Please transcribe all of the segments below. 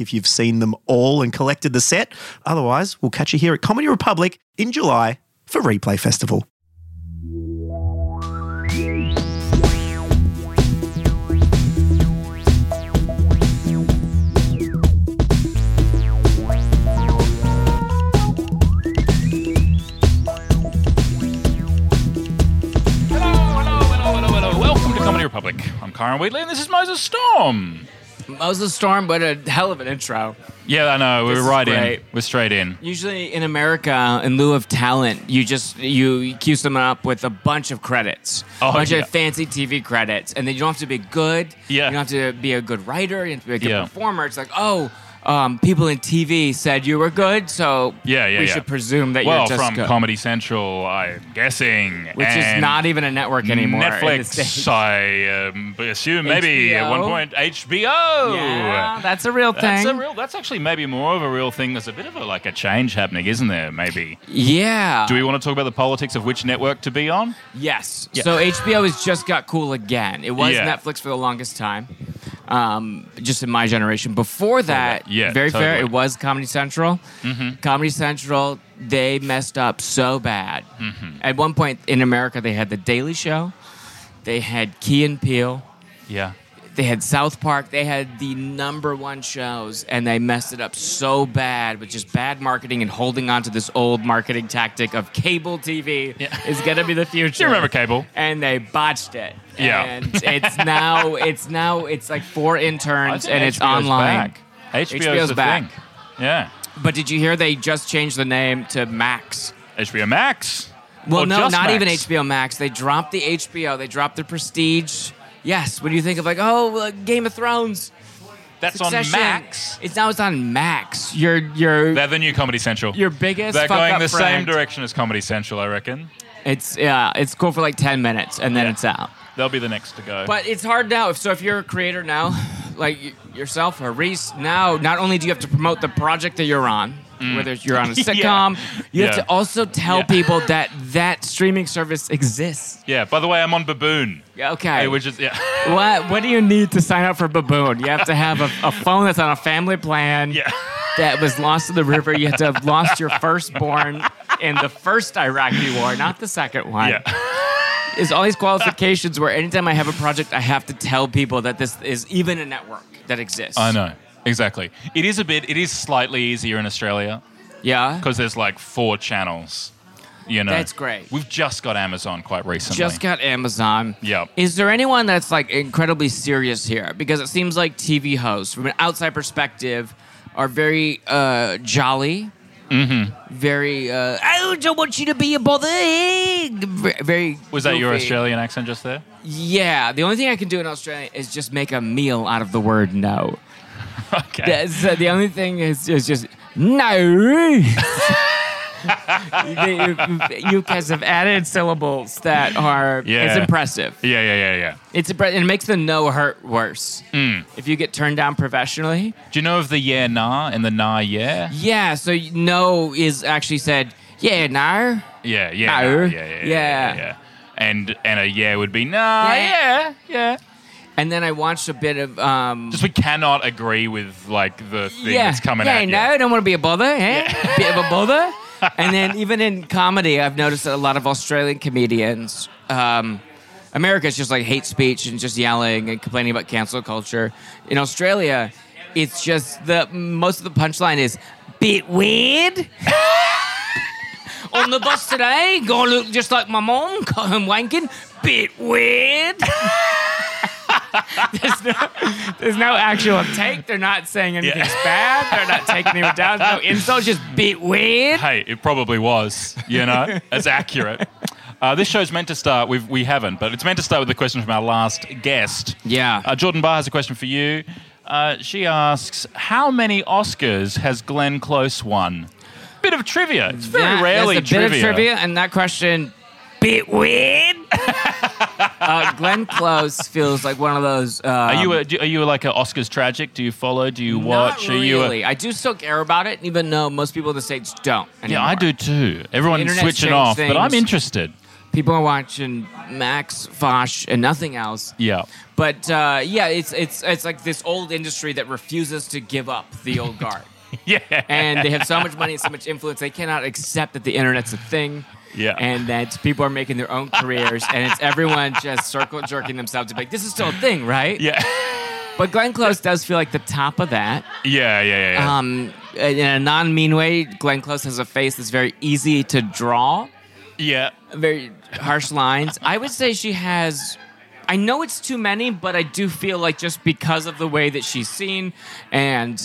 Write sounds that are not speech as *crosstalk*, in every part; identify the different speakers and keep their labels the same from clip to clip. Speaker 1: if you've seen them all and collected the set. Otherwise, we'll catch you here at Comedy Republic in July for Replay Festival.
Speaker 2: Hello, hello, hello, hello, hello. Welcome to Comedy Republic. I'm Karen Wheatley and this is Moses Storm.
Speaker 3: Moses Storm, what a hell of an intro.
Speaker 2: Yeah, I know. We're
Speaker 3: This is
Speaker 2: right in.
Speaker 3: great.
Speaker 2: We're straight in.
Speaker 3: Usually in America, in lieu of talent, you just you queue someone up with a bunch of credits,
Speaker 2: Oh,
Speaker 3: a bunch
Speaker 2: yeah.
Speaker 3: of fancy TV credits, and then you don't have to be good.
Speaker 2: Yeah.
Speaker 3: you don't have to be a good writer. You don't have to be a good
Speaker 2: Yeah.
Speaker 3: performer. It's like, oh, um, people in TV said you were good, so
Speaker 2: Yeah, yeah,
Speaker 3: we
Speaker 2: yeah.
Speaker 3: should presume that
Speaker 2: Well,
Speaker 3: you're just
Speaker 2: from
Speaker 3: good,
Speaker 2: Comedy Central, I'm guessing.
Speaker 3: which
Speaker 2: and
Speaker 3: is not even a network anymore. in the
Speaker 2: *laughs*
Speaker 3: States.
Speaker 2: Netflix, I um, assume maybe at one
Speaker 3: HBO.
Speaker 2: point HBO.
Speaker 3: Yeah, that's a real thing.
Speaker 2: That's a real. That's actually maybe more of a real thing. There's a bit of a like a change happening, isn't there? Maybe.
Speaker 3: yeah.
Speaker 2: Do we want to talk about the politics of which network to be on?
Speaker 3: Yes.
Speaker 2: Yeah.
Speaker 3: So HBO has just got cool again. It was
Speaker 2: Yeah.
Speaker 3: Netflix for the longest time, um, just in my generation. Before that,
Speaker 2: yeah,
Speaker 3: very fair,
Speaker 2: totally. Mm-hmm.
Speaker 3: it was Comedy Central. Comedy Central, they messed up so bad.
Speaker 2: Mm-hmm.
Speaker 3: At one point in America, they had The Daily Show, they had Key and Peele,
Speaker 2: Yeah.
Speaker 3: they had South Park, they had the number one shows, and they messed it up so bad with just bad marketing and holding on to this old marketing tactic of cable TV is going to be the future.
Speaker 2: Do *laughs* you remember cable?
Speaker 3: And they botched it.
Speaker 2: Yeah.
Speaker 3: And it's now it's now it's like four
Speaker 2: I
Speaker 3: interns
Speaker 2: think
Speaker 3: and it's
Speaker 2: HBO 's
Speaker 3: online.
Speaker 2: Back. HBO's,
Speaker 3: HBO's
Speaker 2: the
Speaker 3: back.
Speaker 2: thing. Yeah.
Speaker 3: But did you hear they just changed the name to Max?
Speaker 2: HBO Max.
Speaker 3: Well,
Speaker 2: Or
Speaker 3: no,
Speaker 2: just
Speaker 3: not
Speaker 2: Max.
Speaker 3: even HBO Max. They dropped the HBO. They dropped the Prestige. Yes, when you think of like, oh, like Game of Thrones,
Speaker 2: That's
Speaker 3: Succession.
Speaker 2: on Max.
Speaker 3: It's now it's on Max. Your your
Speaker 2: They're the new Comedy Central.
Speaker 3: your biggest.
Speaker 2: They're
Speaker 3: fuck
Speaker 2: going
Speaker 3: up
Speaker 2: the same
Speaker 3: friend.
Speaker 2: direction as Comedy Central, I reckon.
Speaker 3: It's yeah, it's cool for like ten minutes and then
Speaker 2: Yeah.
Speaker 3: it's out.
Speaker 2: They'll be the next to go.
Speaker 3: But it's hard now. If so, if you're a creator now, like y- yourself or Reese, now not only do you have to promote the project that you're on, whether you're on a
Speaker 2: Mm. *laughs* Yeah.
Speaker 3: sitcom, you have
Speaker 2: Yeah.
Speaker 3: to also tell
Speaker 2: Yeah.
Speaker 3: people that that streaming service exists.
Speaker 2: yeah. By the way, I'm on Baboon.
Speaker 3: Okay.
Speaker 2: Hey, Which is
Speaker 3: *laughs*
Speaker 2: yeah.
Speaker 3: what what do you need to sign up for Baboon? You have to have a, a phone that's on a family plan.
Speaker 2: Yeah.
Speaker 3: That was lost in the river. You have to have lost your firstborn in the first Iraqi war, not the second one.
Speaker 2: Yeah.
Speaker 3: is all these qualifications where anytime I have a project, I have to tell people that this is even a network that exists.
Speaker 2: I know. Exactly. It is a bit. It is slightly easier in Australia
Speaker 3: Yeah.
Speaker 2: because there's like four channels. You know.
Speaker 3: That's great.
Speaker 2: We've just got Amazon quite recently.
Speaker 3: Just got Amazon.
Speaker 2: Yep.
Speaker 3: Is there anyone that's like incredibly serious here? Because it seems like TV hosts, from an outside perspective, are very uh, jolly. Mm-hmm. Very. Uh, I don't want you to be a bother. Ve- Very.
Speaker 2: Was that your
Speaker 3: goofy.
Speaker 2: Australian accent just there? *laughs*
Speaker 3: Yeah. The only thing I can do in Australia is just make a meal out of the word no.
Speaker 2: Okay.
Speaker 3: That's, uh, the only thing is, is just no. you, you guys have added syllables that are
Speaker 2: Yeah.
Speaker 3: it's impressive.
Speaker 2: Yeah. Yeah. Yeah. Yeah.
Speaker 3: It's impre- it makes the no hurt worse. If you get turned down professionally,
Speaker 2: Do you know of the yeah nah and the nah yeah?
Speaker 3: yeah. So you- no is actually said. Yeah, no.
Speaker 2: Yeah, yeah,
Speaker 3: No.
Speaker 2: nah, yeah, yeah, yeah, yeah,
Speaker 3: Yeah.
Speaker 2: yeah. And and a yeah would be nah, yeah.
Speaker 3: Oh, yeah, yeah. And then I watched a bit of um.
Speaker 2: Just we cannot agree with like the thing
Speaker 3: yeah,
Speaker 2: that's coming
Speaker 3: yeah,
Speaker 2: at you.
Speaker 3: no, don't want to be a bother, eh? Bit of
Speaker 2: *laughs*
Speaker 3: a bother. and then even in comedy, I've noticed that a lot of Australian comedians, um, America's just like hate speech and just yelling and complaining about cancel culture. In Australia, it's just the most of the punchline is bit weird. On the bus today, gonna look just like my mom, I'm wanking. Bit weird. there's, no, there's no actual take. They're not saying anything's bad. They're not taking anyone down. There's no insults. Just bit weird.
Speaker 2: Hey, it probably was. You
Speaker 3: *laughs*
Speaker 2: know, it's accurate. Uh, this show's meant to start. We've, we haven't, but it's meant to start with a question from our last guest.
Speaker 3: Yeah.
Speaker 2: Uh, Jordan Barr has a question for you. Uh, she asks, "How many Oscars has Glenn Close won?" Bit of trivia. It's very
Speaker 3: That-
Speaker 2: rarely
Speaker 3: that's a
Speaker 2: trivia.
Speaker 3: bit of trivia, and that question,
Speaker 2: *laughs*
Speaker 3: bit weird. uh, Glenn Close feels like one of those. Um,
Speaker 2: Are you a, do- are you like an Oscars tragic? Do you follow? Do you watch?
Speaker 3: Not
Speaker 2: Are you?
Speaker 3: really.
Speaker 2: A,
Speaker 3: I do still care about it, even though most people in the states don't.
Speaker 2: yeah, I do
Speaker 3: anymore.
Speaker 2: too. Everyone's
Speaker 3: Internet's
Speaker 2: switching
Speaker 3: changed
Speaker 2: off, but I'm
Speaker 3: things.
Speaker 2: interested.
Speaker 3: People are watching Max Fosh and nothing else. *laughs*
Speaker 2: Yeah.
Speaker 3: But uh, yeah, it's it's it's like this old industry that refuses to give up the
Speaker 2: *laughs*
Speaker 3: old guard,
Speaker 2: Yeah.
Speaker 3: and they have so much money and so much influence, they cannot accept that the internet's a thing.
Speaker 2: Yeah.
Speaker 3: and that people are making their own careers, and it's everyone just circle jerking themselves to be like, this is still a thing, right?
Speaker 2: yeah. *laughs*
Speaker 3: But Glenn Close does feel like the top of that.
Speaker 2: Yeah. Yeah. Yeah. yeah.
Speaker 3: Um, in a non mean way, Glenn Close has a face that's very easy to draw,
Speaker 2: yeah.
Speaker 3: very harsh lines. I would say she has. I know it's too many, but I do feel like just because of the way that she's seen and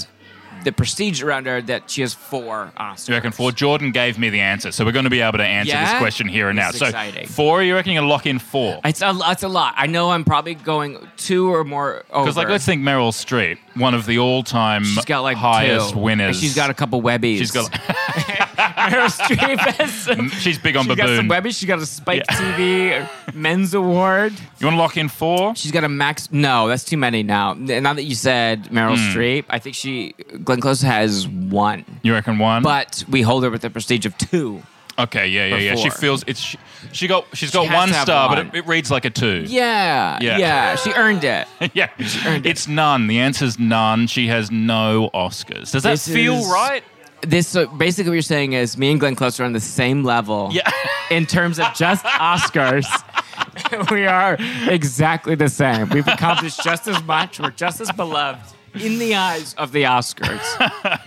Speaker 3: the prestige around her, that she has four Oscars.
Speaker 2: Do you reckon four? Jordan gave me the answer, so we're going to be able to answer this
Speaker 3: Yeah?
Speaker 2: question here and now.
Speaker 3: This is
Speaker 2: so
Speaker 3: exciting.
Speaker 2: four, you reckon you're gonna lock in four?
Speaker 3: It's a, it's a lot. I know I'm probably going two or more over.
Speaker 2: Because like, let's think Meryl Streep, one of the all-time
Speaker 3: She's got like
Speaker 2: highest
Speaker 3: two.
Speaker 2: winners.
Speaker 3: And she's got a couple webbies.
Speaker 2: She's got. *laughs*
Speaker 3: *laughs*
Speaker 2: Mm,
Speaker 3: Meryl Streep has.
Speaker 2: she's big on
Speaker 3: She's got
Speaker 2: baboon.
Speaker 3: some webbies. She's got a Spike TV
Speaker 2: *laughs*
Speaker 3: Men's Award.
Speaker 2: you want to lock in four?
Speaker 3: She's got a Max. No, that's too many now. N- Now that you said Meryl
Speaker 2: Hmm.
Speaker 3: Streep, I think she Glenn Close has one,
Speaker 2: You reckon one?
Speaker 3: but we hold her with the prestige of two.
Speaker 2: okay, yeah, yeah, yeah. She
Speaker 3: Four.
Speaker 2: feels it's. She, she got. She's got
Speaker 3: has
Speaker 2: one
Speaker 3: to have
Speaker 2: star, but
Speaker 3: one.
Speaker 2: it, it reads like a two.
Speaker 3: Yeah,
Speaker 2: Yeah.
Speaker 3: yeah, She
Speaker 2: *laughs*
Speaker 3: earned it.
Speaker 2: yeah.
Speaker 3: earned it.
Speaker 2: It's none. The answer's none. She has no Oscars. Does that
Speaker 3: This
Speaker 2: feel
Speaker 3: is-
Speaker 2: right?
Speaker 3: This so basically what you're saying is me and Glenn Close are on the same level.
Speaker 2: Yeah. *laughs*
Speaker 3: in terms of just Oscars. *laughs* we are exactly the same. We've accomplished just as much. We're just as beloved in the eyes of the Oscars.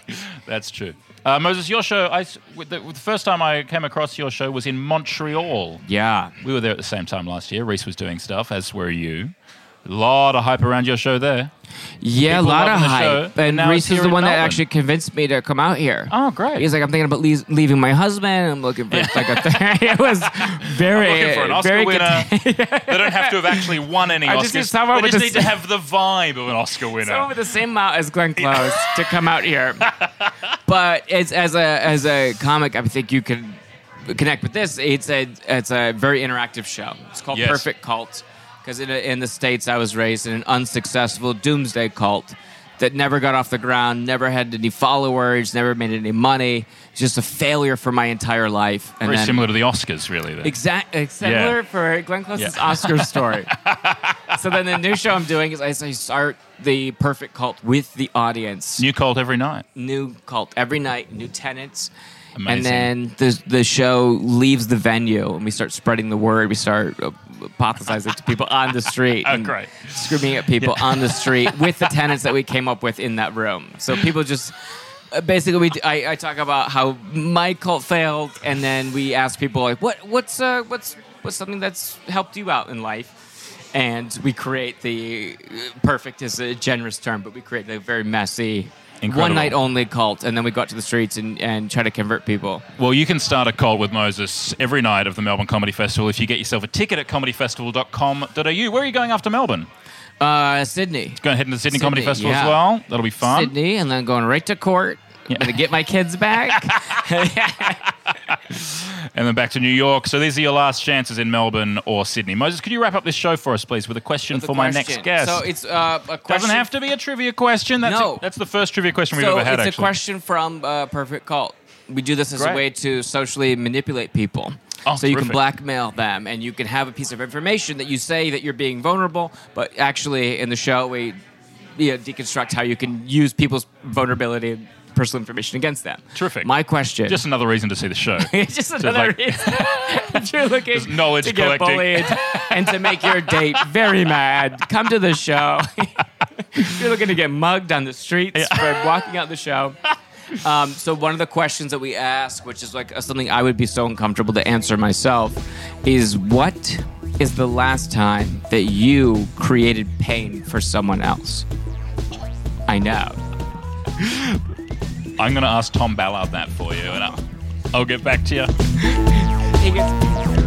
Speaker 2: That's true. Uh, Moses, your show. I s- with the, with the first time I came across your show was in Montreal.
Speaker 3: Yeah.
Speaker 2: We were there at the same time last year. Reese was doing stuff, as were you. A lot of hype around your show there.
Speaker 3: Yeah,
Speaker 2: People
Speaker 3: a lot of
Speaker 2: loving the
Speaker 3: hype.
Speaker 2: show, and
Speaker 3: And
Speaker 2: now it's
Speaker 3: Reese is
Speaker 2: here
Speaker 3: the
Speaker 2: in
Speaker 3: one that
Speaker 2: Melbourne.
Speaker 3: actually convinced me to come out here.
Speaker 2: Oh, great.
Speaker 3: He's like, I'm thinking about leas- leaving my husband. I'm looking for like
Speaker 2: *laughs*
Speaker 3: a thing. *laughs* It was very,
Speaker 2: looking for an Oscar
Speaker 3: very
Speaker 2: winner.
Speaker 3: Good
Speaker 2: they don't have to have actually won any
Speaker 3: *laughs* I
Speaker 2: Oscars.
Speaker 3: just need someone
Speaker 2: they
Speaker 3: with
Speaker 2: just
Speaker 3: the
Speaker 2: need to
Speaker 3: s-
Speaker 2: have the vibe of an
Speaker 3: *laughs*
Speaker 2: Oscar winner.
Speaker 3: Someone with the same amount as Glenn Close to come
Speaker 2: *laughs*
Speaker 3: out here. But it's as a as a comic, I think you can connect with this. It's a it's a very interactive show. It's called
Speaker 2: Yes.
Speaker 3: Perfect Cult because in, in the states I was raised in an unsuccessful doomsday cult that never got off the ground, never had any followers, never made any money. It's Just a failure for my entire life. And
Speaker 2: Very
Speaker 3: then-
Speaker 2: similar to the Oscars, really. Then.
Speaker 3: Exact, it's similar for Glenn Close's
Speaker 2: Yeah.
Speaker 3: Oscar story. so then the new show I'm doing is I I start the perfect cult with the audience, new,
Speaker 2: New cult every night.
Speaker 3: cult every night, new tenants.
Speaker 2: Amazing.
Speaker 3: And then the the show leaves the venue, and we start spreading the word. We start uh, hypothesizing to people on the
Speaker 2: *laughs*
Speaker 3: street.
Speaker 2: Oh,
Speaker 3: and
Speaker 2: great.
Speaker 3: Screaming at people on
Speaker 2: *laughs*
Speaker 3: the street with the tenants that we came up with in that room. So people just uh, basically we d- I, I talk about how my cult failed, and then we ask people like what what's uh, what's what's something that's helped you out in life, and we create the uh, perfect is a generous term, but we create the very messy.
Speaker 2: Incredible.
Speaker 3: One night only cult, and then we go out to the streets and, and try to convert people.
Speaker 2: Well, you can start a cult with Moses every night of the Melbourne Comedy Festival if you get yourself a ticket at comedyfestival.com.au. Where are you going after Melbourne?
Speaker 3: Uh, Sydney.
Speaker 2: Going heading to the Sydney, Comedy
Speaker 3: Sydney,
Speaker 2: Festival as
Speaker 3: yeah.
Speaker 2: well. That'll be fun.
Speaker 3: Sydney, and then going right to court.
Speaker 2: Yeah.
Speaker 3: Gonna get my kids
Speaker 2: *laughs*
Speaker 3: back.
Speaker 2: And then back to New York. So these are your last chances in Melbourne or Sydney. Moses, could you wrap up this show for us, please, with a question
Speaker 3: The
Speaker 2: for my
Speaker 3: question.
Speaker 2: next guest?
Speaker 3: So it's uh, a question.
Speaker 2: Doesn't have to be a trivia question. That's
Speaker 3: No.
Speaker 2: that's the first trivia question we've
Speaker 3: so
Speaker 2: ever had.
Speaker 3: it's
Speaker 2: actually,
Speaker 3: a question from uh, Perfect Cult. We do this as
Speaker 2: Great.
Speaker 3: a way to socially manipulate people.
Speaker 2: Oh,
Speaker 3: so you
Speaker 2: terrific.
Speaker 3: can blackmail them, and you can have a piece of information that you say that you're being vulnerable, but actually in the show we you know, deconstruct how you can use people's vulnerability and personal information against them.
Speaker 2: Terrific.
Speaker 3: My question.
Speaker 2: just another reason to see the
Speaker 3: *laughs*
Speaker 2: show.
Speaker 3: It's just another
Speaker 2: like-
Speaker 3: reason *laughs* if you're
Speaker 2: Just
Speaker 3: looking
Speaker 2: knowledge
Speaker 3: to get
Speaker 2: collecting.
Speaker 3: bullied and to make your date very mad. Come to the show. *laughs* if you're looking to get mugged on the streets for walking out the show. Um, so one of the questions that we ask, which is like uh, something I would be so uncomfortable to answer myself, is what is the last time that you created pain for someone else? I know.
Speaker 2: I'm going to ask Tom Ballard that for you, and I'll, I'll get back to you.
Speaker 3: He gets-